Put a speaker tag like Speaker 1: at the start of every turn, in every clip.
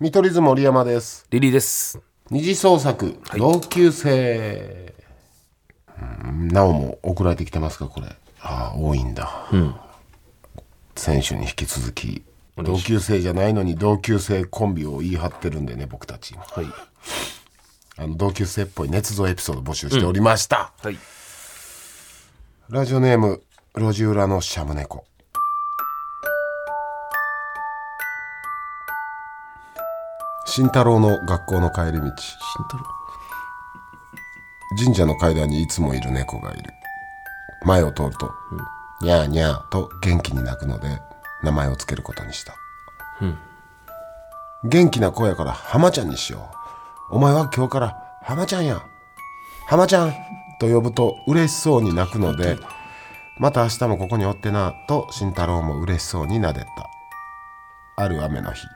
Speaker 1: 見取り図森山です
Speaker 2: リリーです。
Speaker 1: 二次創作、同級生うんなおも送られてきてますかこれああ多いんだ、選手に引き続き同級生じゃないのに同級生コンビを言い張ってるんでね僕たち
Speaker 2: はい。
Speaker 1: あの同級生っぽい捏造エピソード募集しておりました、
Speaker 2: はい。
Speaker 1: ラジオネーム路地裏のシャムネコ慎太郎の学校の帰り道
Speaker 2: 慎太郎。
Speaker 1: 神社の階段にいつもいる猫がいる前を通ると「にゃーにゃー」と元気に鳴くので名前をつけることにした、元気な子やから「浜ちゃん」にしようお前は今日から「浜ちゃんや浜ちゃん」と呼ぶと嬉しそうに鳴くので「また明日もここにおってな」と慎太郎も嬉しそうになでたある雨の日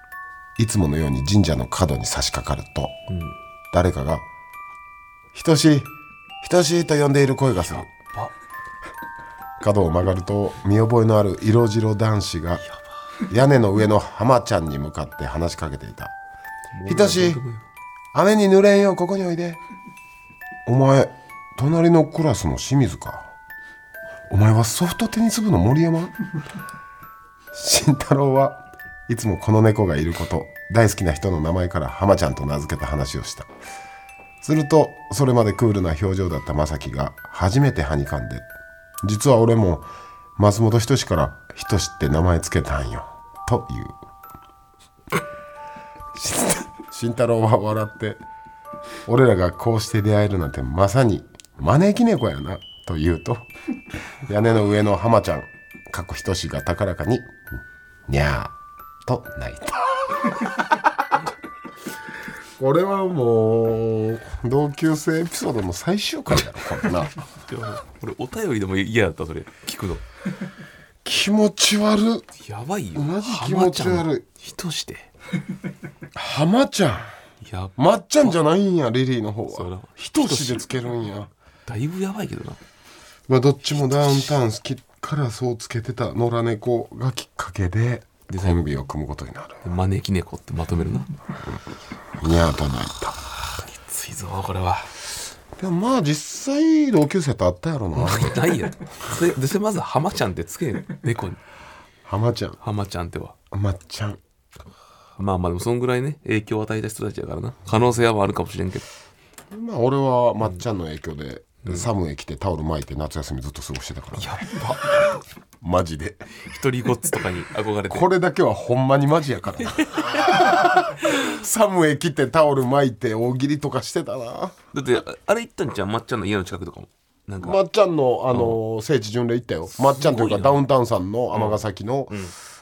Speaker 1: いつものように神社の角に差し掛かると、誰かが「ひとし、ひとしと呼んでいる声がする。角を曲がると見覚えのある色白男子が屋根の上の浜ちゃんに向かって話しかけていた。ひとし、雨に濡れんようここにおいで。お前、隣のクラスの清水か。お前はソフトテニス部の森山慎太郎はいつもこの猫がいること、大好きな人の名前から浜ちゃんと名付けた話をした。するとそれまでクールな表情だった正樹が初めてはにかんで「実は俺も松本人志から「人志」って名前つけたんよ」と言う慎太郎は笑って「俺らがこうして出会えるなんてまさに招き猫やな」と言うと屋根の上の浜ちゃん過去人志が高らかに「にゃー」と泣いた。これはもう同級生エピソードの最終回やろこれな
Speaker 2: いや俺、お便りでも嫌だった、それ。聞くの。
Speaker 1: 気持ち悪
Speaker 2: やばいよ。
Speaker 1: マジ気持ち悪い
Speaker 2: ひとして。
Speaker 1: 浜ちゃん
Speaker 2: や
Speaker 1: まっちゃんじゃないんやリリーの方
Speaker 2: そうだ
Speaker 1: はひとしでつけるんや
Speaker 2: だいぶやばいけどな。
Speaker 1: まあどっちもダウンタウン好きからそうつけてた野良猫がきっかけで
Speaker 2: で
Speaker 1: コンビを組むことになる
Speaker 2: で招き猫ってまとめるな。
Speaker 1: にゃーと泣いた
Speaker 2: ついぞ、これは。
Speaker 1: でもまあ実際同級生と会ったやろな
Speaker 2: ないやと。それ、でそれまず、浜ちゃんってつけん、猫に。
Speaker 1: 浜ちゃん
Speaker 2: 浜ちゃんっては。
Speaker 1: まっちゃん
Speaker 2: まあまあ、でもそんぐらいね、影響を与えた人たちやからな。可能性はあるかもしれんけど。
Speaker 1: まあ俺はまっちゃんの影響で、寒い来てタオル巻いて夏休みずっと過ごしてたから
Speaker 2: やっば。
Speaker 1: マジで
Speaker 2: 一人ごっつとかに憧れて。
Speaker 1: これだけはほんまにマジやからな 寒い来てタオル巻いて大喜利とかしてたな
Speaker 2: だって、あれ行ったんじゃん、まっちゃんの家の近くとかも。なんか、
Speaker 1: まっちゃんの、あの聖地巡礼行ったよまっちゃんというかダウンタウンさんの尼崎の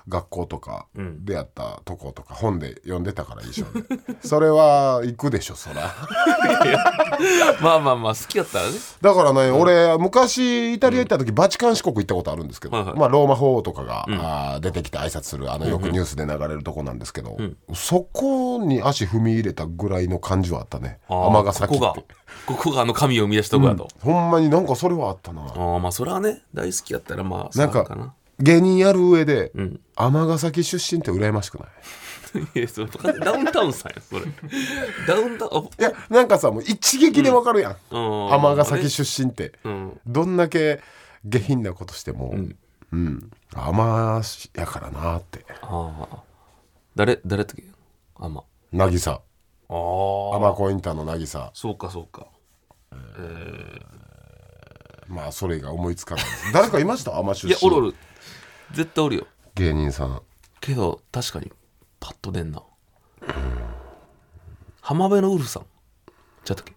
Speaker 1: 学校とか出会ったとことか本で読んでたから一緒でそれは行くでしょそら
Speaker 2: まあまあまあ、好きやったらね。
Speaker 1: だからね、俺昔イタリア行った時、バチカン四国行ったことあるんですけど、
Speaker 2: はいはい
Speaker 1: まあ、ローマ法王とかが、あー出てきて挨拶するあのよくニュースで流れるとこなんですけど、そこに足踏み入れたぐらいの感じはあったね
Speaker 2: あー
Speaker 1: 尼崎っ
Speaker 2: ここが
Speaker 1: て
Speaker 2: ここがあの神を生み出したとこだと、
Speaker 1: ほんまになんかそれはあったな
Speaker 2: ああまあそれはね大好きやったらまあ
Speaker 1: なん
Speaker 2: そう
Speaker 1: か芸人やる上で
Speaker 2: ん
Speaker 1: 尼、崎出身って羨ましくない
Speaker 2: いやそれダウンタウンさんやそれダウンタウン
Speaker 1: いやなんかさもう一撃でわかるやん
Speaker 2: うん
Speaker 1: 尼、崎出身って、
Speaker 2: ん
Speaker 1: どんだけ下品なことしてもうん、尼やからなって
Speaker 2: ああ誰誰やったっけあま
Speaker 1: 渚
Speaker 2: あ
Speaker 1: ア
Speaker 2: あ
Speaker 1: マコインターの渚
Speaker 2: そうかそうか
Speaker 1: まあそれが思いつかない誰かいましたアマ出
Speaker 2: い
Speaker 1: 身
Speaker 2: やおるおる絶対おるよ
Speaker 1: 芸人さん
Speaker 2: けど確かにパッと出んな浜辺のウルフさんちゃったっけ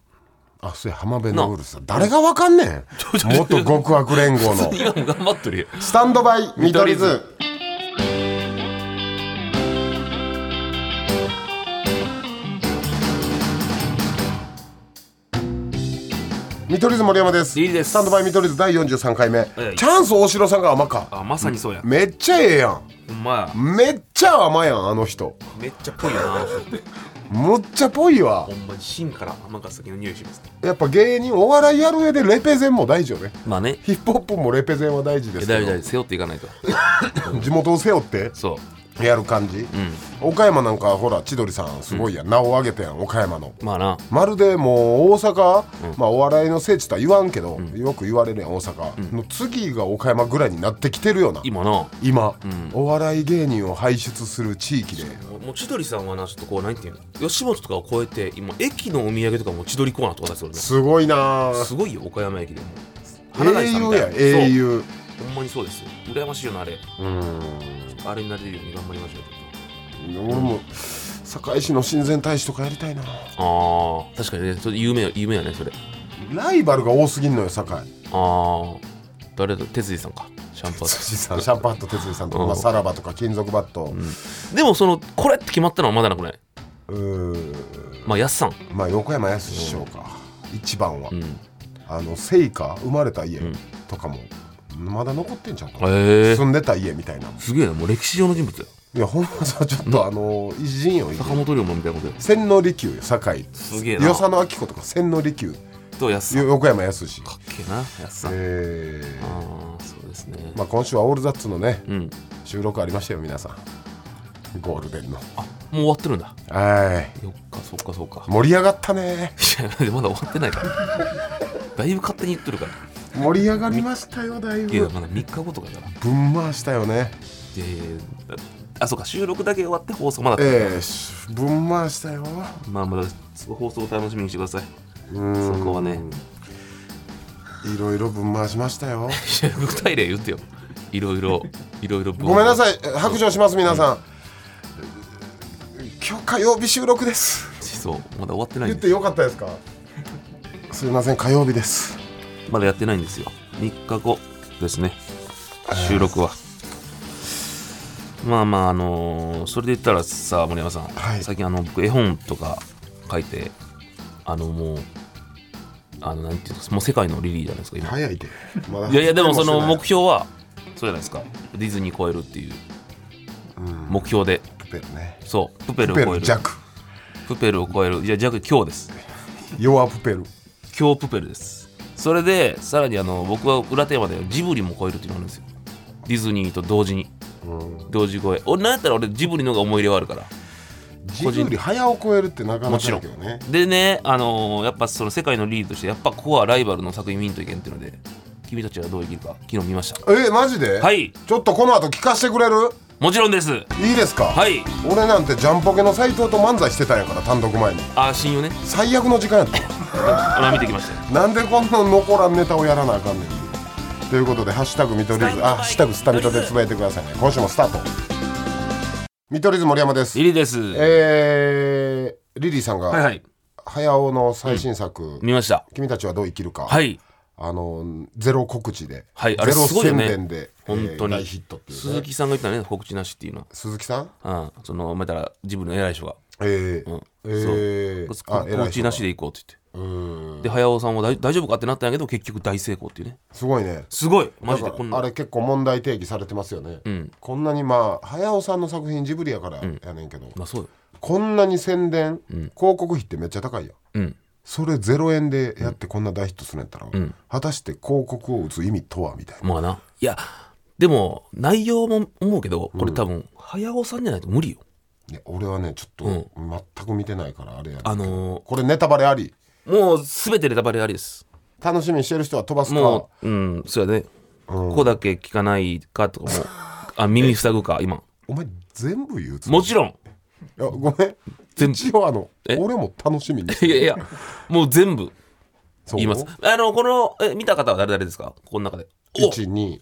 Speaker 1: あそれ浜辺のウルさん誰がわかんね ん元極悪連合の
Speaker 2: 今も頑張っとるよ
Speaker 1: スタンドバイ見取り図見取り図森山です
Speaker 2: リリーです
Speaker 1: スタンドバイ見取り図第43回目、
Speaker 2: い
Speaker 1: チャンス大城さんが甘か
Speaker 2: あまさにそうや、
Speaker 1: めっちゃええや
Speaker 2: ほんま
Speaker 1: んめっちゃ甘やんあの人
Speaker 2: やめっちゃ濃いよな
Speaker 1: むっちゃぽいわ
Speaker 2: ほんまに芯から天ヶ崎の匂いします
Speaker 1: やっぱ芸人お笑いやる上でレペゼンも大事よね
Speaker 2: まあね
Speaker 1: ヒップホップもレペゼンは大事ですけ
Speaker 2: だい
Speaker 1: ど
Speaker 2: だい背負っていかないと
Speaker 1: 地元を背負って
Speaker 2: そう
Speaker 1: やる感じ、岡山なんかほら千鳥さんすごいやん、名を挙げてやん岡山の
Speaker 2: まあな
Speaker 1: まるでもう大阪、まあお笑いの聖地とは言わんけど、よく言われるやん大阪、の次が岡山ぐらいになってきてるような
Speaker 2: 今なも
Speaker 1: 今、お笑い芸人を輩出する地域で
Speaker 2: う千鳥さんはなちょっとこう何て言うの吉本とかを超えて今駅のお土産とかも千鳥コーナーとか出すよね
Speaker 1: すごいなあ
Speaker 2: すごいよ岡山駅でも
Speaker 1: 英雄や英雄
Speaker 2: そうほんまにそうですよ羨ましいよなあれ
Speaker 1: うん
Speaker 2: あれになれるように頑張りましょう
Speaker 1: 俺も堺市の親善大使とかやりたいな
Speaker 2: ああ確かにねそれ有名有名やねそれ
Speaker 1: ライバルが多すぎんのよ堺
Speaker 2: ああ誰だ哲司さんかシャンパ
Speaker 1: 辻
Speaker 2: ン
Speaker 1: さんシャンパット哲司さんとか、まあ、
Speaker 2: うん
Speaker 1: さらばとか金属バット
Speaker 2: でもそのこれって決まったのはまだなくないう
Speaker 1: ーん
Speaker 2: まあやっさん
Speaker 1: まあ横山やすし師匠か、一番は、
Speaker 2: うんへ
Speaker 1: あの聖火生まれた家
Speaker 2: ん
Speaker 1: とかも、まだ残ってんじゃんかな、
Speaker 2: え
Speaker 1: 住んでた家みたいな
Speaker 2: すげえなもう歴史上の人物だよ
Speaker 1: いやほんまさちょっとあの偉人よ偉人
Speaker 2: 坂本龍馬みたいなことよ
Speaker 1: 千利休よ堺
Speaker 2: すげえな
Speaker 1: 与謝野明子とか千利休
Speaker 2: とやっさんか
Speaker 1: 横山やすし
Speaker 2: っけえなやっさんあ
Speaker 1: えー
Speaker 2: あそうですね
Speaker 1: まあ、今週は「オールザッツ」のね
Speaker 2: うん
Speaker 1: 収録ありましたよ皆さんゴールデンの
Speaker 2: あもう終わってるんだ
Speaker 1: はい
Speaker 2: よっかそっかそっか
Speaker 1: 盛り上がったね
Speaker 2: いやまだ終わってないからだいぶ勝手に言ってるから
Speaker 1: 盛り上がりましたよだい
Speaker 2: いや
Speaker 1: ぶ
Speaker 2: まだ3日後とかだから
Speaker 1: ぶん回したよね
Speaker 2: であそうか収録だけ終わって放送まだ、
Speaker 1: ええしぶん回したよ
Speaker 2: まあまだ放送を楽しみにしてください
Speaker 1: うん
Speaker 2: そこはね
Speaker 1: いろいろぶん回しましたよ
Speaker 2: いや具体例言ってよいろいろいろいろ
Speaker 1: ごめんなさ
Speaker 2: い
Speaker 1: い白状します皆さん今日火曜日収録です
Speaker 2: そうまだ終わってない
Speaker 1: 言っ
Speaker 2: ん
Speaker 1: て
Speaker 2: です
Speaker 1: よかったですかすいません火曜日です
Speaker 2: まだやってないんですよ3日後ですね収録はまあまああのーそれで言ったらさ森山さん、
Speaker 1: はい
Speaker 2: 最近あの僕絵本とか書いてあのもうあのなんていうんですかもう世界のリリーじゃないですか今
Speaker 1: 早いで、まだ
Speaker 2: いやいやでもその目
Speaker 1: して
Speaker 2: 標はそうじゃないですかディズニー超えるっていう
Speaker 1: ないうん
Speaker 2: 目標で
Speaker 1: プペルね
Speaker 2: そうプペル
Speaker 1: プ
Speaker 2: を
Speaker 1: ペ
Speaker 2: 超え
Speaker 1: ル
Speaker 2: る
Speaker 1: 弱
Speaker 2: プペルを超えるいやじゃあ今日です
Speaker 1: 弱プペル
Speaker 2: 今日プペルですそれでさらにあの僕は裏テーマでジブリも超えるっていうのがあるんですよディズニーと同時に同時超え俺なんやったら俺ジブリの方が思い入れはあるから
Speaker 1: ジブリ早を超えるってなかなかだけどね
Speaker 2: でねあのーやっぱその世界のリードとしてやっぱここはライバルの作品見んといけんっていうので君たちはどう生きるか昨日見ました
Speaker 1: えマジで
Speaker 2: はい
Speaker 1: ちょっとこの後聞かせてくれる
Speaker 2: もちろんです
Speaker 1: いいですか
Speaker 2: はい
Speaker 1: 俺なんてジャンポケの斎藤と漫才してたんやから単独前に
Speaker 2: あー親友ね
Speaker 1: 最悪の時間や った
Speaker 2: あの見てきましたよ
Speaker 1: なんでこんな残らんネタをやらなあかんねんということで「ハッシュタグ見取り図」あ「ハッシュタグスタミト」でつぶやいてくださいね今週もスタート見取り図森山です
Speaker 2: リリーですは
Speaker 1: えー、リリーさん
Speaker 2: い
Speaker 1: が
Speaker 2: はい
Speaker 1: 早尾の最新作、
Speaker 2: 見ました
Speaker 1: 君たちはどう生きるか」
Speaker 2: はい
Speaker 1: あのゼロ告知で、
Speaker 2: はいあ
Speaker 1: ゼ
Speaker 2: れ
Speaker 1: ロ
Speaker 2: すごいよ
Speaker 1: 宣
Speaker 2: ね
Speaker 1: 伝で、えー
Speaker 2: 本当に
Speaker 1: 大ヒットっていう、
Speaker 2: 鈴
Speaker 1: ね、
Speaker 2: 木さんが言ったね告知なしっていうのは
Speaker 1: 鈴木さん
Speaker 2: うん、そのまたら自分の偉い人が、
Speaker 1: えー
Speaker 2: うん、
Speaker 1: えー、
Speaker 2: そうこ告知なし
Speaker 1: で
Speaker 2: で行こうって
Speaker 1: う
Speaker 2: 言っ
Speaker 1: ーん
Speaker 2: てで早尾さんは大大丈夫かってなったんやけど結局大成功っていうね
Speaker 1: すごいね
Speaker 2: すごいマジ
Speaker 1: な
Speaker 2: で
Speaker 1: んか
Speaker 2: こんな
Speaker 1: あれ結構問題定義されてますよね、
Speaker 2: うん
Speaker 1: こんなにまあ早尾さんの作品ジブリやからやねんけど、
Speaker 2: まあそうよ
Speaker 1: こんなに宣伝、広告費ってめっちゃ高いやん
Speaker 2: うん
Speaker 1: それ0円でやってこんな大ヒットするんやったら、
Speaker 2: ん
Speaker 1: 果たして広告を打つ意味とはみたいな
Speaker 2: まあないやでも内容も思うけどこれ多分早尾さんじゃないと無理よ
Speaker 1: いや俺はねちょっと全く見てないからあれやねん
Speaker 2: あの
Speaker 1: これネタバレあり
Speaker 2: ーもう全てネタバレありです
Speaker 1: 楽しみにしてる人は飛ばすか
Speaker 2: もううんそうやね、ここだけ聞かないかとかもあ耳塞ぐか今
Speaker 1: お前全部言うつも
Speaker 2: もちろん
Speaker 1: りいやごめん
Speaker 2: 全部
Speaker 1: 一応あの
Speaker 2: え
Speaker 1: 俺も楽しみに
Speaker 2: いやいやもう全部
Speaker 1: そう
Speaker 2: 言います。あの、この、え、見た方は誰々ですかこの中で。
Speaker 1: 12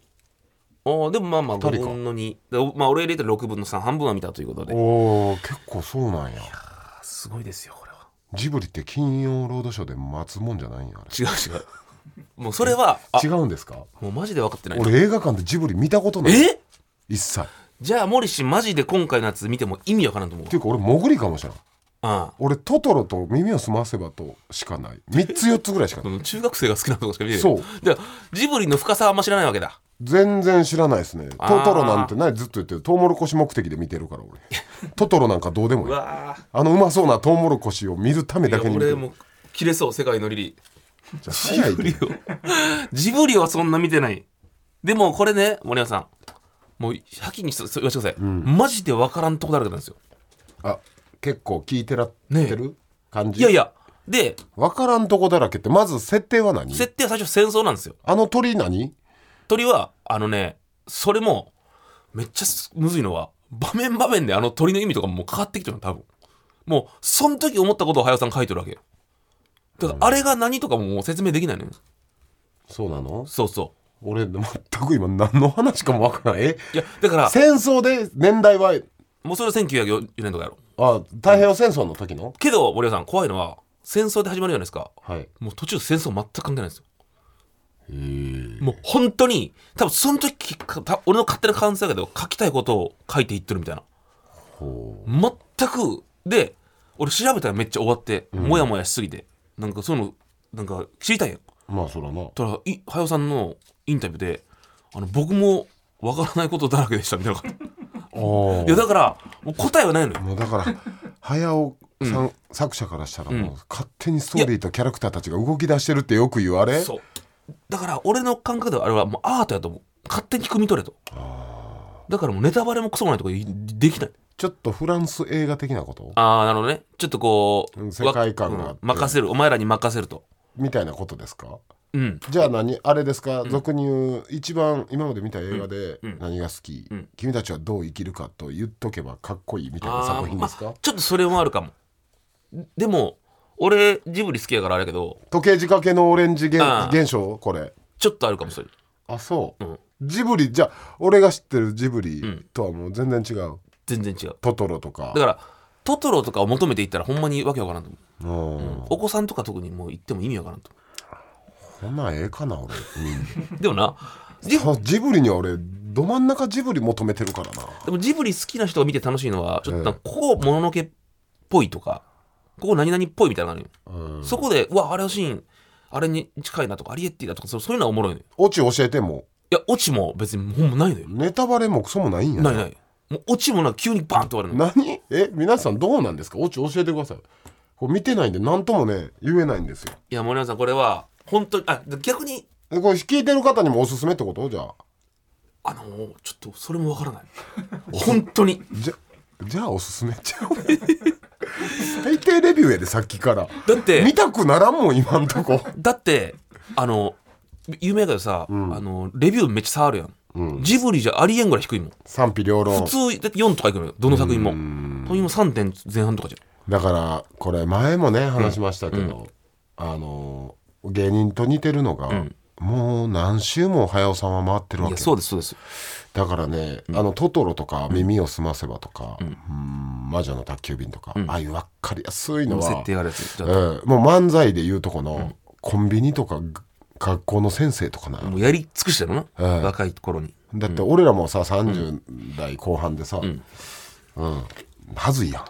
Speaker 2: おおーでもまあまあ、
Speaker 1: 人か
Speaker 2: 5分の2。でおまあ、俺入れたら6分の3、半分は見たということで。
Speaker 1: おお結構そうなんや
Speaker 2: すごいですよ、これは。
Speaker 1: ジブリって金曜ロードショーで待つもんじゃないんやあれ
Speaker 2: 違う違う。もうそれは、あ
Speaker 1: 違うんですか
Speaker 2: もうマジで分かってない。
Speaker 1: 俺映画館でジブリ見たことない
Speaker 2: え
Speaker 1: 一切っ
Speaker 2: じゃあ、森氏マジで今回のやつ見ても意味わからんと思うわ
Speaker 1: て。いうか俺潜りかもしれん
Speaker 2: ああ。
Speaker 1: 俺トトロと耳を澄ませばとしかない3つ4つぐらいしか
Speaker 2: そ
Speaker 1: ない
Speaker 2: の中学生が好きなとこしか見てない。
Speaker 1: そう。
Speaker 2: じゃジブリの深さはあんま知らないわけだ。
Speaker 1: 全然知らないですね
Speaker 2: あ
Speaker 1: ト
Speaker 2: ー
Speaker 1: トロなんてないずっと言ってるトウモロコシ目的で見てるから 俺トトロなんかどうでも
Speaker 2: う
Speaker 1: いい
Speaker 2: わ
Speaker 1: あのうまそうなトウモロコシを見るため
Speaker 2: ー
Speaker 1: だけ
Speaker 2: い
Speaker 1: に
Speaker 2: や
Speaker 1: 見て
Speaker 2: 俺
Speaker 1: る
Speaker 2: もう、切れそう、世界のリリー。
Speaker 1: じゃあ早い
Speaker 2: ジブ
Speaker 1: で
Speaker 2: リをジブリはそんな見てないでもこれね森山さんもうはっきりそう言わせてください、マジで分からんとこだらけなんですよ
Speaker 1: あ結構聞いてらっ
Speaker 2: ね
Speaker 1: てる感じ、
Speaker 2: いやいやで
Speaker 1: 分からんとこだらけってまず設定は何
Speaker 2: 設定は最初戦争なんですよ
Speaker 1: あの鳥何
Speaker 2: 鳥はあのねそれもめっちゃすむずいのは場面場面であの鳥の意味とかももう変わってきてるの多分もうその時思ったことを早尾さん書いてるわけよだからあれが何とかももう説明できないのよ
Speaker 1: そうなの
Speaker 2: そうそ
Speaker 1: 俺全く今何の話かも分からんえ
Speaker 2: ういやだから
Speaker 1: 戦争で年代は
Speaker 2: もうそれ1904年とかやろ
Speaker 1: あ太平洋戦争の時の、
Speaker 2: けど森尾さん怖いのは戦争で始まるじゃないですか
Speaker 1: はい
Speaker 2: もう途中戦争全く関係ないんですよもう本当に多分その時かた俺の勝手な感想だけど書きたいことを書いていってるみたいな
Speaker 1: ほ
Speaker 2: 全くで俺調べたらめっちゃ終わって、もやもやしすぎてなんかそういうのなんか知りたいやん
Speaker 1: うまあそらな
Speaker 2: たらい早尾さんのインタビューであの僕もわからないことだらけでしたみたいな感じ
Speaker 1: お
Speaker 2: いやだからもう答えはないのよ
Speaker 1: もうだから早尾さん、作者からしたらもう勝手にストーリーとキャラクターたちが動き出してるってよく言われ
Speaker 2: そうだから俺の感覚ではあれはもうアートやと思う勝手に汲み取れとだからもうネタバレもクソもないとかいできない
Speaker 1: ちょっとフランス映画的なこと
Speaker 2: ああなるほどねちょっとこう
Speaker 1: うん世界観があって
Speaker 2: うん任せるお前らに任せると
Speaker 1: みたいなことですか
Speaker 2: うん
Speaker 1: じゃあ何あれですか、俗に言う一番今まで見た映画で何が好き、君たちはどう生きるかと言っとけばかっこいいみたいな作品です
Speaker 2: あー
Speaker 1: か
Speaker 2: まあちょっとそれもあるかもでも俺ジブリ好きやからあれやけど
Speaker 1: 時計仕掛けのオレンジ現
Speaker 2: あー
Speaker 1: 現象これ
Speaker 2: ちょっとあるかもしれない
Speaker 1: あそう、
Speaker 2: うん
Speaker 1: ジブリじゃあ俺が知ってるジブリとはもう全然違う、
Speaker 2: 全然違う
Speaker 1: トトロとか
Speaker 2: だからトトロとかを求めていったらほんまにわけわからんと思
Speaker 1: うん
Speaker 2: う、お子さんとか特にもう行っても意味わからんと
Speaker 1: こ
Speaker 2: 思
Speaker 1: んなんええかな俺、
Speaker 2: うでもなジ
Speaker 1: そう ジブリには俺ど真ん中ジブリ求めてるからな
Speaker 2: でもジブリ好きな人が見て楽しいのはちょっとなんかここもののけっぽいとかここ何々っぽいみたいなのがあるよ、
Speaker 1: うん
Speaker 2: そこでうわあれのシーンあれに近いなとかアリエッティだとかそうそういうのはおもろいのよ
Speaker 1: オチ教えても
Speaker 2: いやオチも別にほんまないのよ
Speaker 1: ネタバレもクソもないんや
Speaker 2: ないないもうオチもなんか急にバーンと終わるの
Speaker 1: 何え皆さんどうなんですかオチ教えてくださいこれ見てないんで何ともね言えないんですよ
Speaker 2: いや森山さんこれは本当にあ逆に
Speaker 1: えこれ聞いてる方にもおすすめってことじゃあ
Speaker 2: あのーちょっとそれもわから ない本当に
Speaker 1: じゃじゃあおすすめちゃう最低レビューやでさっきから
Speaker 2: だって
Speaker 1: 見たくならんもん今んとこ
Speaker 2: だってあの有名だけどさ、あのレビューめっちゃ差あるやん、ジブリじゃありえんぐらい低いもん
Speaker 1: 賛否両論
Speaker 2: 普通だって4とかいくのよどの作品もと今3点前半とかじゃ
Speaker 1: だからこれ前もね話しましたけど、あの芸人と似てるのが、もう何周も早尾さんは回ってる
Speaker 2: んい
Speaker 1: わ
Speaker 2: や
Speaker 1: け
Speaker 2: そうですそうです
Speaker 1: だからね、あのトトロとか「耳をすませば」とか、うん魔女の宅急便」とか、ああいう分かりやすいのは
Speaker 2: 設定があるやつじゃあ
Speaker 1: うんもう漫才で言うとこの、コンビニとか学校の先生とかな、
Speaker 2: もうやり尽くしたのな、
Speaker 1: ええ
Speaker 2: 若い頃に
Speaker 1: だって俺らもさ30代後半でさ、うんはずいやん、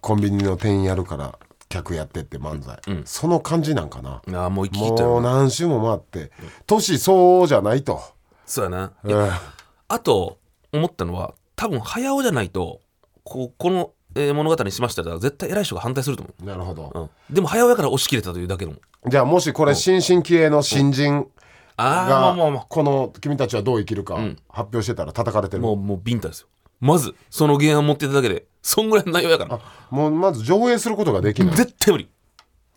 Speaker 1: コンビニの店員やるから客やってって漫才、その感じなんかな、
Speaker 2: ああもう聞いた
Speaker 1: もう
Speaker 2: よ
Speaker 1: 何周も回って年相応じゃないと、
Speaker 2: そうやな
Speaker 1: うん
Speaker 2: あと思ったのは多分早尾じゃないとこうこの、えー物語にしましたら絶対偉い人が反対すると思
Speaker 1: なるほど、
Speaker 2: う、うん、でも早尾やから押し切れたというだけの
Speaker 1: じゃあもしこれ新進気鋭の新人
Speaker 2: ああもうも
Speaker 1: がこの「君たちはどう生きるか」発表してたら叩かれて
Speaker 2: う
Speaker 1: る
Speaker 2: もうもうビンタですよまずその原案持ってただけでそんぐらいの内容やから
Speaker 1: あもうまず上映することができない
Speaker 2: 絶対無理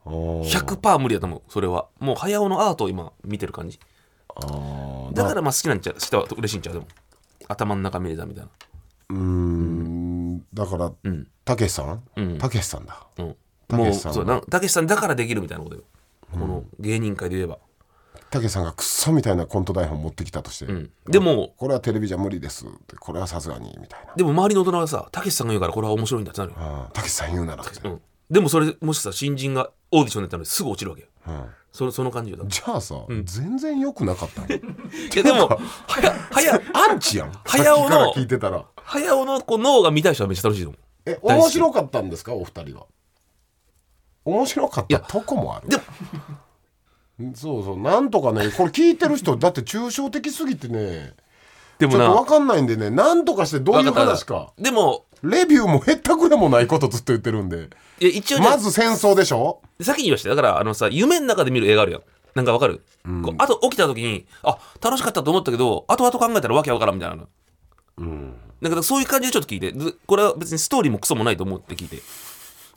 Speaker 1: おー
Speaker 2: 100%無理だと思うそれはもう早尾のアートを今見てる感じ
Speaker 1: あー
Speaker 2: だからまあ好きなんちゃう人は嬉しいんちゃうでも頭の中見れたみたいな
Speaker 1: うーんだからたけしさんたけしさんだ
Speaker 2: うん
Speaker 1: た
Speaker 2: も
Speaker 1: け
Speaker 2: う
Speaker 1: しさんは
Speaker 2: そうなたけしさんだからできるみたいなことよこの芸人界で言えば、
Speaker 1: たけしさんがクソみたいなコント台本持ってきたとして、
Speaker 2: うん、でも
Speaker 1: これはテレビじゃ無理ですってこれはさすがにみたいな
Speaker 2: でも周りの大人がさたけしさんが言うからこれは面白いんだってなるよ、
Speaker 1: あーたけしさん言うならって
Speaker 2: うん、でもそれもしさ新人がオーディションでやったのにすぐ落ちるわけよ、そのその感じよだから
Speaker 1: じゃあさ、全然良くなかったの
Speaker 2: いやでも早早
Speaker 1: アンチやん
Speaker 2: 早尾
Speaker 1: さっき
Speaker 2: の
Speaker 1: から聞いてたら
Speaker 2: 早尾のこう脳が見たい人はめっちゃ楽しいと思う
Speaker 1: え
Speaker 2: 大好き
Speaker 1: 面白かったんですかお二人は面白かったとこもある
Speaker 2: でも
Speaker 1: んそうそうなんとかねこれ聞いてる 人だって抽象的すぎてねちょ
Speaker 2: で
Speaker 1: っ
Speaker 2: も
Speaker 1: と
Speaker 2: な
Speaker 1: 分かんないんでねなんとかしてどういう
Speaker 2: わったわ
Speaker 1: 話
Speaker 2: った
Speaker 1: か
Speaker 2: でも
Speaker 1: レビューもへったくれもないことずっと言ってるんで
Speaker 2: いや一応ね
Speaker 1: まず戦争でしょ
Speaker 2: 先に言いましただからあのさ夢の中で見る映画あるやんなんかわかる、こうあと起きた時にあ楽しかったと思ったけど後々考えたらわけわからんみたいなのだからそういう感じでちょっと聞いてずこれは別にストーリーもクソもないと思って聞いて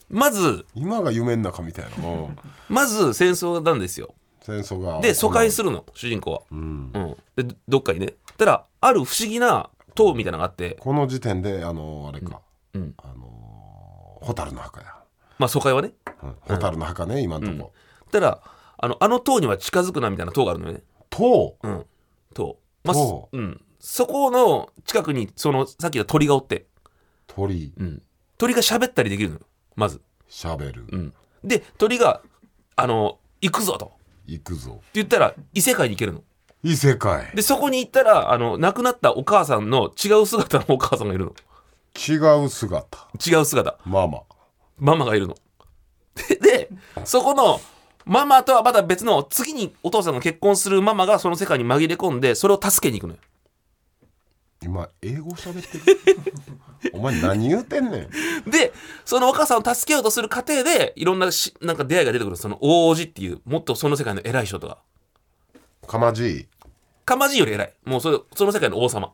Speaker 2: まず
Speaker 1: 今が夢の中みたいな、うん
Speaker 2: まず戦争なんですよ
Speaker 1: 戦争が
Speaker 2: で疎開するの主人公は、
Speaker 1: うん、
Speaker 2: うん、でどどっかにねただある不思議な塔みたいなのがあって、
Speaker 1: この時点であのあれか、
Speaker 2: うん、
Speaker 1: あのー蛍の墓や、
Speaker 2: まあ疎開はね
Speaker 1: うん、蛍の墓ね今んとこ、
Speaker 2: ただあのあの塔には近づくなみたいな塔があるのよね
Speaker 1: と
Speaker 2: うん塔、まあ
Speaker 1: 塔
Speaker 2: うん、そこの近くにそのさっきの鳥がおって、
Speaker 1: 鳥
Speaker 2: うん、鳥が喋ったりできるのよまず、
Speaker 1: しゃべる、
Speaker 2: うん、で鳥が「あの行くぞ」とって
Speaker 1: 行くぞ
Speaker 2: 言ったら異世界に行けるの
Speaker 1: 異世界
Speaker 2: でそこに行ったらあの亡くなったお母さんの違う姿のお母さんがいるの
Speaker 1: 違う姿
Speaker 2: 違う姿
Speaker 1: ママ
Speaker 2: ママがいるの。 で、でそこのママとはまた別の次にお父さんが結婚するママがその世界に紛れ込んでそれを助けに行くのよ。
Speaker 1: 今英語しゃべってる お前何言うてんねん
Speaker 2: でそのお母さんを助けようとする過程でいろんなしなんか出会いが出てくるその王子っていうもっとその世界の偉い人とか
Speaker 1: かまじい
Speaker 2: かまじいより偉いもうそれその世界の王様。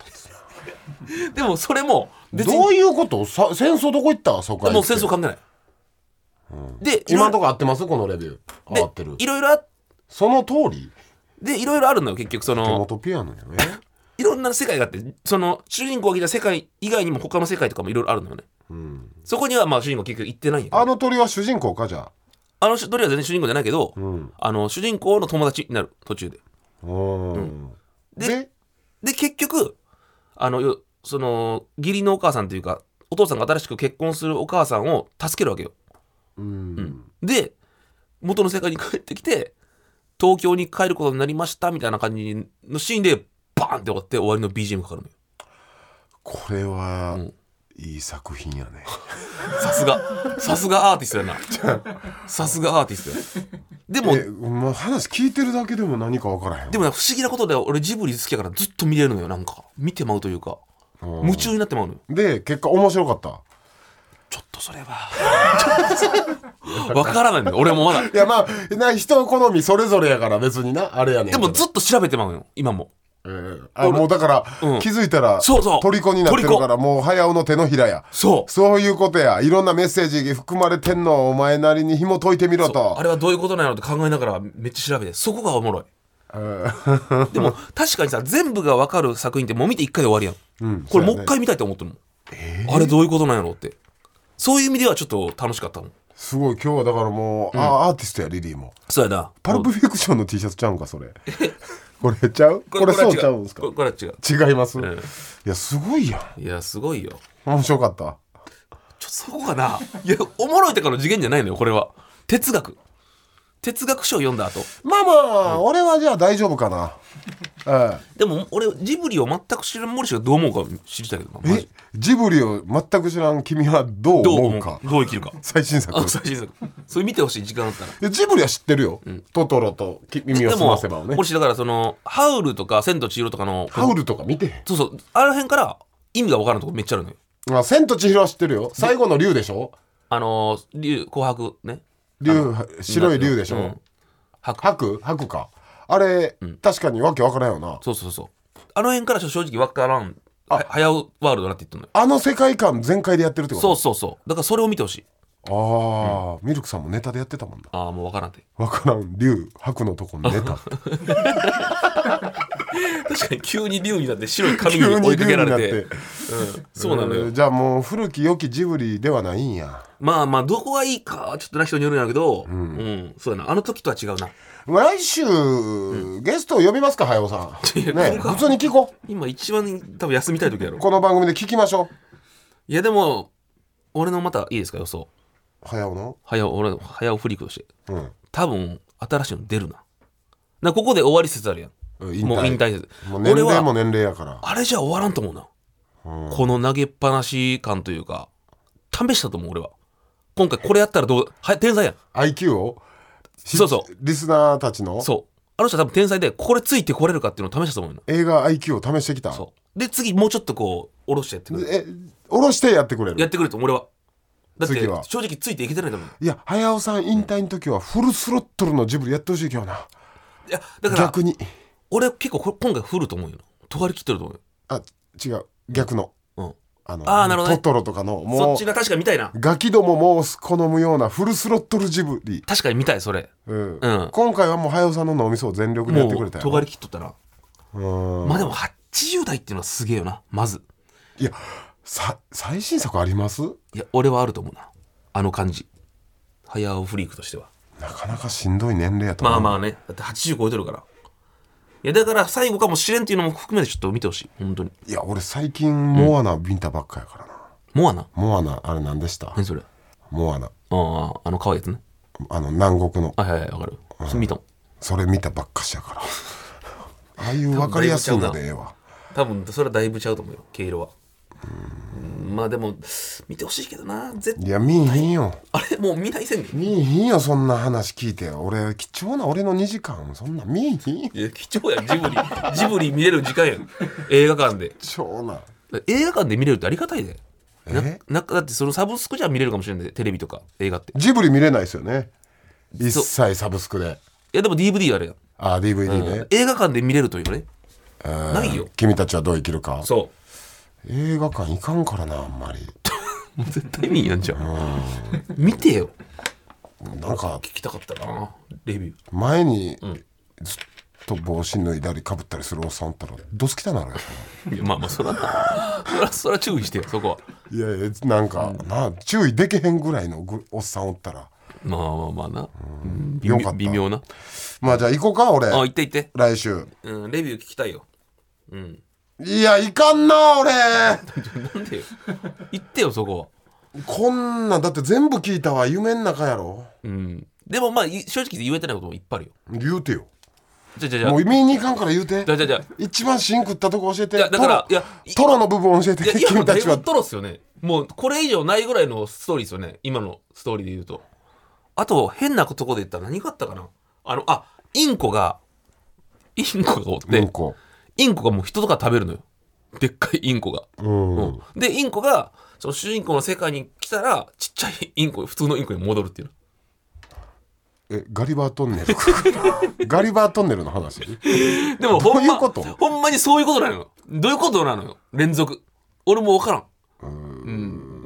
Speaker 2: でもそれも別に
Speaker 1: どういうことさ戦争どこ行ったそこ
Speaker 2: もう戦争関係ない。で
Speaker 1: 今のとこ合ってますこのレビュー
Speaker 2: で
Speaker 1: 合ってる
Speaker 2: いろいろあ
Speaker 1: その通り
Speaker 2: でいろいろあるのよ結局その。
Speaker 1: 手元ピアノやね
Speaker 2: いろんな世界があって、その主人公が来た世界以外にも他の世界とかもいろいろあるのよね。
Speaker 1: うん
Speaker 2: そこにはまあ主人公結局行ってないんやけど
Speaker 1: あの鳥は主人公かじゃあ
Speaker 2: あの人、とりあえず全然主人公じゃないけど、
Speaker 1: うん
Speaker 2: あの主人公の友達になる途中で。
Speaker 1: うん
Speaker 2: で
Speaker 1: で
Speaker 2: で、結局、あの、よその義理のお母さんというか、お父さんが新しく結婚するお母さんを助けるわけよ。
Speaker 1: うん
Speaker 2: で、元の世界に帰ってきて、東京に帰ることになりましたみたいな感じのシーンで、バーンって終わって終わりの BGM かかるのよ。
Speaker 1: これは
Speaker 2: うん
Speaker 1: いい作品やね
Speaker 2: さすが、さすがアーティストやな。さすがアーティストや。でも、
Speaker 1: えもう話聞いてるだけでも何か分からへん
Speaker 2: でもなんか不思議なことで俺ジブリ好きやからずっと見れるのよ、なんか。見てまうというか、
Speaker 1: うん
Speaker 2: 夢中になってまうのよ。
Speaker 1: で結果面白かった
Speaker 2: ちょっとそれは。わからないんだよ、俺もまだ。
Speaker 1: いやまあな人好みそれぞれやから別になあれやねん
Speaker 2: で
Speaker 1: けど
Speaker 2: もずっと調べてまうのよ、今も。
Speaker 1: えーあもうだから、
Speaker 2: うん
Speaker 1: 気づいたら
Speaker 2: そうそう
Speaker 1: 虜になってるからもう早尾の手のひらや
Speaker 2: そう。
Speaker 1: そういうことやいろんなメッセージ含まれてんのをお前なりに紐解いてみろと
Speaker 2: あれはどういうことなのって考えながらめっちゃ調べて、そこがおもろい。でも確かにさ、全部がわかる作品ってもう見て一回で終わりやん。
Speaker 1: うん
Speaker 2: これ
Speaker 1: そ
Speaker 2: も
Speaker 1: や
Speaker 2: う
Speaker 1: ね
Speaker 2: 一回見たいと思ってるもん、あれどういうことなんやろうってそういう意味ではちょっと楽しかったもん
Speaker 1: すごい今日はだからもう、あアーティストやリリーも
Speaker 2: そうやな
Speaker 1: パルプフィクションの T シャツちゃうんかそれ これちゃうこれ
Speaker 2: は
Speaker 1: そう
Speaker 2: 違
Speaker 1: ちゃうんすか
Speaker 2: これこれは違う
Speaker 1: 違います、
Speaker 2: ん
Speaker 1: いやすごいやん
Speaker 2: いやすごいよ
Speaker 1: 面白かった
Speaker 2: ちょそこかない やおもろいとかの次元じゃないのよこれは哲学哲学書を読んだ後
Speaker 1: まあまあ、俺はじゃあ大丈夫かなえ
Speaker 2: でも俺ジブリを全く知らん森氏がどう思うか知りたいけどな
Speaker 1: え
Speaker 2: マ
Speaker 1: え
Speaker 2: ジ
Speaker 1: ジブリを全く知らん君はどう
Speaker 2: どう
Speaker 1: 思
Speaker 2: 思
Speaker 1: う
Speaker 2: うか
Speaker 1: か
Speaker 2: どう生き るか
Speaker 1: 最新作
Speaker 2: あ最新作それ見てほしい時間あったら
Speaker 1: いやジブリは知ってるよ、トトロとき耳を
Speaker 2: で
Speaker 1: 澄ま
Speaker 2: も
Speaker 1: せばをね
Speaker 2: 森氏だからそのハウルとか千と千尋とかの
Speaker 1: ハウルとか見てへ
Speaker 2: そうそうあの辺から意味が分からんとこめっちゃあるのよ
Speaker 1: んあ千と千尋は知ってるよ最後の竜でしょ
Speaker 2: あのー竜紅白ね
Speaker 1: 竜白い竜でしょ、
Speaker 2: うん白
Speaker 1: 白白かあれ、確かにわけわからんよな
Speaker 2: そうそうそうあの辺から正直分からんは早うワールドなって言ってんのよ
Speaker 1: あの世界観全開でやってるってこ
Speaker 2: そ
Speaker 1: と
Speaker 2: うそうそうだからそれを見てほしい
Speaker 1: ああ、ミルクさんもネタでやってたもんな
Speaker 2: ああもう分からんて
Speaker 1: わからん竜白のとこネ タ
Speaker 2: 確かに急に竜になって白い髪 に
Speaker 1: 急に
Speaker 2: 追いか
Speaker 1: 竜に
Speaker 2: けら
Speaker 1: な
Speaker 2: れ
Speaker 1: ってて
Speaker 2: そうなのよ、
Speaker 1: えーじゃあもう古き良きジブリではないんや
Speaker 2: まあまあどこがいいかちょっとな人によるんやけどうん、そうだなあの時とは違うな
Speaker 1: まあ来週、ゲストを呼びますか早尾さん
Speaker 2: いや
Speaker 1: ね普通に聞こう
Speaker 2: 今一番多分休みたい時やろ
Speaker 1: この番組で聞きましょ
Speaker 2: いやでも俺のまたいいですか予想
Speaker 1: う早尾の
Speaker 2: 早尾俺の早尾フリークとして
Speaker 1: うん
Speaker 2: 多分新しいの出るななここで終わり説あるやん
Speaker 1: 引退
Speaker 2: もう引退説
Speaker 1: もう年
Speaker 2: 俺
Speaker 1: 齢も
Speaker 2: は
Speaker 1: 年齢やから
Speaker 2: あれじゃ終わらんと思うな、この投げっぱなし感というか試したと思う俺は今回これやったらどうは天才やん
Speaker 1: IQ をし
Speaker 2: そうそう
Speaker 1: リスナーたちの
Speaker 2: そうあの人は多分天才でこれついてこれるかっていうのを試したと思うの
Speaker 1: 映画 IQ を試してきた
Speaker 2: そうで次もうちょっとこう下ろしてやってくれる
Speaker 1: え下ろしてやってくれ
Speaker 2: やっ
Speaker 1: る
Speaker 2: てくれると思う俺はだって
Speaker 1: 次は
Speaker 2: 正直ついていけてないと思う
Speaker 1: いや早尾さん引退の時はフルスロットルのジブリやってほしいけどない
Speaker 2: やだから
Speaker 1: 逆に
Speaker 2: 俺結構これ今回フルと思うよ尖り切ってると思うよ
Speaker 1: あ違う逆の
Speaker 2: うん
Speaker 1: あの
Speaker 2: あーなるほどね
Speaker 1: トトロとかの
Speaker 2: そ
Speaker 1: も
Speaker 2: っち
Speaker 1: う
Speaker 2: が確かに見たいな
Speaker 1: ガキどもも好むようなフルスロットルジブリ、
Speaker 2: 確かに見たいそれ
Speaker 1: うん
Speaker 2: うん
Speaker 1: 今回はもう早尾さんの脳みそを全力でや
Speaker 2: も
Speaker 1: ってくれ
Speaker 2: う
Speaker 1: たよ
Speaker 2: 尖り切っとったな
Speaker 1: うん
Speaker 2: まあでも80代っていうのはすげえよなまず
Speaker 1: いやさ最新作あります
Speaker 2: いや俺はあると思うなあの感じ早尾フリークとしては
Speaker 1: なかなかしんどい年齢やと思
Speaker 2: まあ
Speaker 1: う、
Speaker 2: まあねだって80超えてるからいやだから最後かもしれんっていうのも含めてちょっと見てほしい本当に
Speaker 1: いや俺最近モアナ見たばっかやからな、
Speaker 2: モアナ
Speaker 1: モアナあれ何でした
Speaker 2: 何それあ
Speaker 1: モアナ
Speaker 2: ああの可愛いやつね
Speaker 1: あの南国の
Speaker 2: はいはいはいわかるそれ見たもん
Speaker 1: それ見たばっかしやから ああいう分かりやすいのでええわ
Speaker 2: 多分それはだいぶちゃうと思うよ毛色はうんまあでも見てほしいけどなぜ
Speaker 1: いや見いひんよ
Speaker 2: あれもう見ないせんで
Speaker 1: 見いひんよそんな話聞いて俺貴重な俺の2時間そんな見いひんよ
Speaker 2: いや貴重やんジブリジブリ見れる時間やん映画館で
Speaker 1: 貴重な
Speaker 2: 映画館で見れるってありがたいでな
Speaker 1: え
Speaker 2: なんかだってそのサブスクじゃ見れるかもしれないでテレビとか映画ってい
Speaker 1: ジブリ見れないですよね一
Speaker 2: そう
Speaker 1: 切サブスクで
Speaker 2: やでも DVD あるやん
Speaker 1: あー DVD ね、
Speaker 2: 映画館で見れるというね
Speaker 1: うん
Speaker 2: ないよ
Speaker 1: 君たちはどう生きるか
Speaker 2: そ
Speaker 1: 映画館行かんからなあんまり
Speaker 2: うもう絶対見んやんじゃん見てよ
Speaker 1: なんか
Speaker 2: 聞きたかったなレビュー
Speaker 1: 前にずっと帽子脱いだりかぶったりするおっさんおったらどすきたなるやろ
Speaker 2: いやまあまあそらなそらそら注意してよそこはい
Speaker 1: やいやなんか、なあ注意できへんぐらいのぐおっさんおったら
Speaker 2: まあまあまあな微
Speaker 1: よかっ
Speaker 2: 妙
Speaker 1: た
Speaker 2: 微妙な
Speaker 1: まあじゃあ行こうか俺
Speaker 2: あ行って行って
Speaker 1: 来週
Speaker 2: うんレビュー聞きたいようん
Speaker 1: いや行かんな俺
Speaker 2: なんでよ行ってよそこは
Speaker 1: こんなんだって全部聞いたわ夢ん中やろ
Speaker 2: うんでもまあい正直言えてないこともいっぱいあるよ
Speaker 1: 言うてよ
Speaker 2: じゃじゃじゃ
Speaker 1: もう見に行かんから言うて
Speaker 2: じゃじゃじゃ
Speaker 1: 一番芯食ったとこ教えて
Speaker 2: いやだか
Speaker 1: ト
Speaker 2: ら
Speaker 1: ロ
Speaker 2: いやい
Speaker 1: トロの部分教えて
Speaker 2: いや今
Speaker 1: 君
Speaker 2: のだ
Speaker 1: た
Speaker 2: い
Speaker 1: ちは
Speaker 2: ぶトロっすよねもうこれ以上ないぐらいのストーリーですよね今のストーリーで言うとあと変なとこで言ったら何があったかなあのあインコがインコがおって、
Speaker 1: うんこ
Speaker 2: インコがもう人とか食べるのよでっかいインコが、
Speaker 1: うん、
Speaker 2: うんでインコがその主人公の世界に来たらちっちゃいインコ普通のインコに戻るっていう
Speaker 1: えガリバートンネルガリバートンネルの話
Speaker 2: でもほ
Speaker 1: ど
Speaker 2: ん
Speaker 1: う
Speaker 2: ま
Speaker 1: いうこと
Speaker 2: ほんまにそういうことなのよどういうことなのよ連続俺も分からん
Speaker 1: うん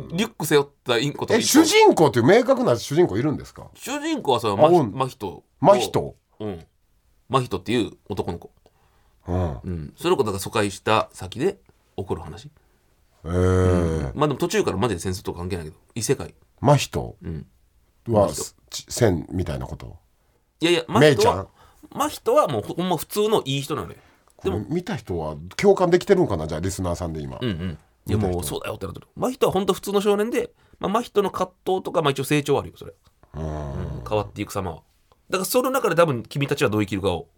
Speaker 2: うんリュック背負ったインコとか
Speaker 1: え主人公っていう明確な主人公いるんですか
Speaker 2: 主人公はその
Speaker 1: あおん
Speaker 2: マヒト
Speaker 1: 真人
Speaker 2: うんマヒトっていう男の子
Speaker 1: うん
Speaker 2: うんその子だから疎開した先で起こる話
Speaker 1: えー、
Speaker 2: まあでも途中からマジで戦争とか関係ないけど異世界
Speaker 1: 真人
Speaker 2: うん
Speaker 1: は
Speaker 2: 真人
Speaker 1: ち線みたいなこと
Speaker 2: いやいやマ
Speaker 1: めい
Speaker 2: ヒ
Speaker 1: ち
Speaker 2: ト
Speaker 1: ゃ
Speaker 2: は
Speaker 1: ん
Speaker 2: マヒトはもうほんま普通のいい人なのよ
Speaker 1: これ見た人は共感できてるんかなじゃあリスナーさんで今、
Speaker 2: うんうんいやもうそうだよってなってるマヒトは本当普通の少年で、まあ、マヒトの葛藤とか、まあ、一応成長はあるよそれ
Speaker 1: うん
Speaker 2: 変わっていく様はだからその中で多分君たちはどう生きるかを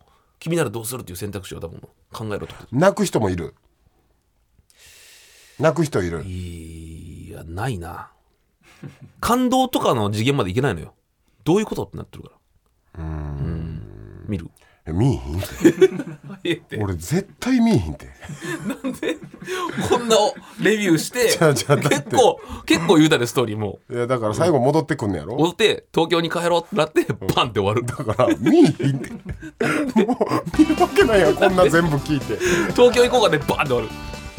Speaker 2: 君ならどうするっていう選択肢を多分考えろってこと
Speaker 1: 泣く人もいる泣く人いる
Speaker 2: いやないな感動とかの次元までいけないのよどういうことってなってるからうん見る
Speaker 1: え見いひんて俺絶対見いひんて
Speaker 2: こんなをレビューして
Speaker 1: ゃあじゃあだって
Speaker 2: 結構結構言うたでストーリーも
Speaker 1: いやだから最後戻ってくんのやろ
Speaker 2: 戻って東京に帰ろうってなってパンって終わる
Speaker 1: だから見いひ んてもう見るわけないやんこんな全部聞いて
Speaker 2: 東京行こうかでバンって終わる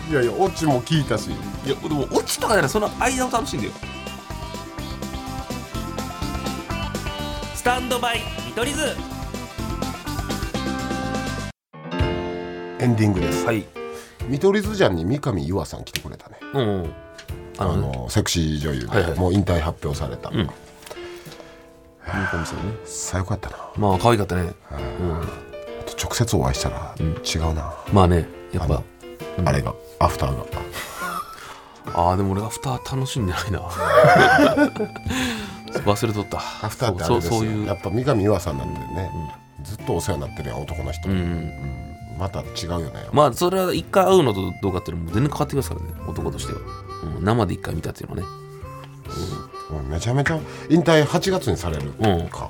Speaker 1: いやいやオチも聞いたし
Speaker 2: いやでもオチとかならその間を楽しんでよスタンドバイ見取り図
Speaker 1: エンディングです
Speaker 2: はい
Speaker 1: 見取り図じゃんに三上優愛さん来てくれたね
Speaker 2: うんあ
Speaker 1: あ
Speaker 2: の
Speaker 1: の、
Speaker 2: ね
Speaker 1: セクシー女優で、
Speaker 2: はいはい
Speaker 1: もう引退発表された、
Speaker 2: んユニフォームですよね
Speaker 1: 最高やったな
Speaker 2: まあ可愛かったね
Speaker 1: あと直接お会いしたら違うな、
Speaker 2: まあねやっ
Speaker 1: あ
Speaker 2: ぱ
Speaker 1: のあれがアフターが
Speaker 2: ああでも俺アフター楽しんでな いな忘れとった
Speaker 1: アフターってあれですよ
Speaker 2: そうそういう
Speaker 1: やっぱ三上優愛さんなんでね、ずっとお世話になってるやん男の人、
Speaker 2: うん
Speaker 1: また違うよね、
Speaker 2: まあそれは一回会うのとどうかっていうのも全然変わってきますからね男としては、うん生で一回見たっていうのはね
Speaker 1: うんめちゃめちゃ引退8月にされるか、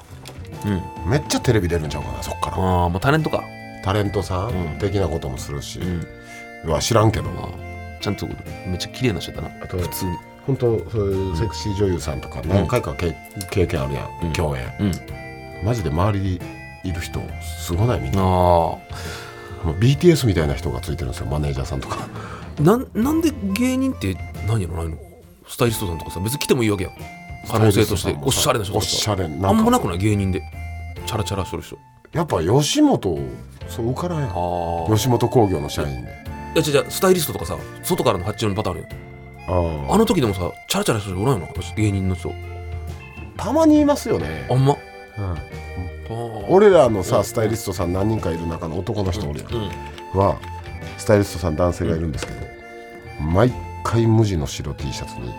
Speaker 2: うん
Speaker 1: めっちゃテレビ出るんちゃうかなそっから、
Speaker 2: ああまあタレントか
Speaker 1: タレントさん、
Speaker 2: うん
Speaker 1: 的なこともするし、
Speaker 2: ん
Speaker 1: うわ知らんけど、
Speaker 2: まあちゃんとめっちゃ綺麗な人だな
Speaker 1: あと
Speaker 2: 普通に
Speaker 1: 本当そういうセクシー女優さんとか何回かけ、経験あるやん、
Speaker 2: うん
Speaker 1: 共演
Speaker 2: うん
Speaker 1: マジで周りにいる人すごないみんな
Speaker 2: ああ
Speaker 1: あの BTS みたいな人がついてるんですよマネージャーさんとか
Speaker 2: なんなんで芸人って何やろないのスタイリストさんとかさ別に来てもいいわけやん 可能性としておしゃれな人
Speaker 1: お
Speaker 2: と
Speaker 1: し
Speaker 2: か
Speaker 1: ゃれな
Speaker 2: あん
Speaker 1: ん
Speaker 2: ま
Speaker 1: か
Speaker 2: なくない芸人でチャラチャラしてる人
Speaker 1: やっぱ吉本そう受からんやん
Speaker 2: あ
Speaker 1: 吉本興業の社員で
Speaker 2: あじゃじゃスタイリストとかさ外からの発注のパターンあるやん
Speaker 1: あー
Speaker 2: あの時でもさチャラチャラしてる人おらんよな芸人の人
Speaker 1: たまにいますよね
Speaker 2: あ、んま
Speaker 1: うん
Speaker 2: あー
Speaker 1: 俺らのさスタイリストさん何人かいる中の男の人俺
Speaker 2: うん
Speaker 1: はスタイリストさん男性がいるんですけど毎回無地の白 T シャツに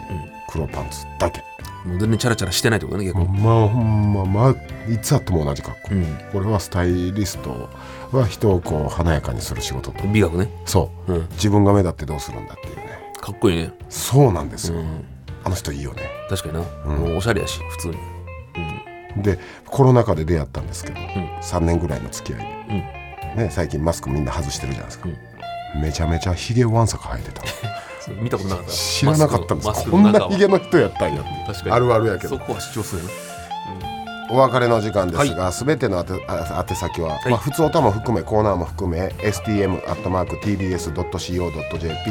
Speaker 1: 黒パンツだけ
Speaker 2: もう全然チャラチャラしてないってことね逆
Speaker 1: ほ
Speaker 2: に
Speaker 1: んまほんままあいつあっても同じ格好
Speaker 2: うん
Speaker 1: これはスタイリストは人をこう華やかにする仕事と
Speaker 2: 美学ね
Speaker 1: そう
Speaker 2: うん
Speaker 1: 自分が目立ってどうするんだっていうね
Speaker 2: かっこいいね
Speaker 1: そうなんです
Speaker 2: う
Speaker 1: よ
Speaker 2: ん
Speaker 1: あの人いいよね
Speaker 2: 確かにな、もうおしゃれやし普通に
Speaker 1: でコロナ禍で出会ったんですけど
Speaker 2: ん
Speaker 1: 3年ぐらいの付き合いで
Speaker 2: うん
Speaker 1: ね、最近マスクみんな外してるじゃないですか、めちゃめちゃひげわんさか生えて た
Speaker 2: それ見たことなかった
Speaker 1: 知らなかったんです
Speaker 2: マスク
Speaker 1: こ
Speaker 2: の
Speaker 1: ん
Speaker 2: マスク
Speaker 1: な
Speaker 2: の中は
Speaker 1: ひげの人やったんや
Speaker 2: 確かに
Speaker 1: あるあるやけど
Speaker 2: そこは主張するよね
Speaker 1: お別れの時間ですが、すべてのあてあ宛先は、
Speaker 2: い
Speaker 1: まあ、普通おたも含めコーナーも含め stm.tbs.co.jp、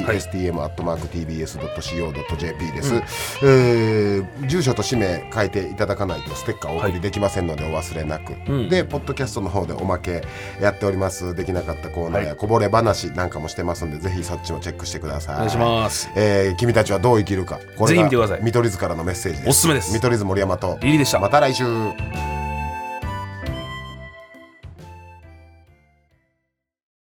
Speaker 2: はい
Speaker 1: stm.tbs.co.jp です、えー住所と氏名書いていただかないとステッカーお送りできませんのでお忘れなく、
Speaker 2: うん
Speaker 1: でポッドキャストの方でおまけやっておりますできなかったコーナーやこぼれ話なんかもしてますんでぜひそっちもチェックしてください
Speaker 2: お願いします
Speaker 1: えー君たちはどう生きるかこれ
Speaker 2: ぜひ見てくだ
Speaker 1: が
Speaker 2: さい
Speaker 1: 見取り図からのメッセージです
Speaker 2: おすすめです
Speaker 1: 見取り図森山と
Speaker 2: リリーでした
Speaker 1: また来週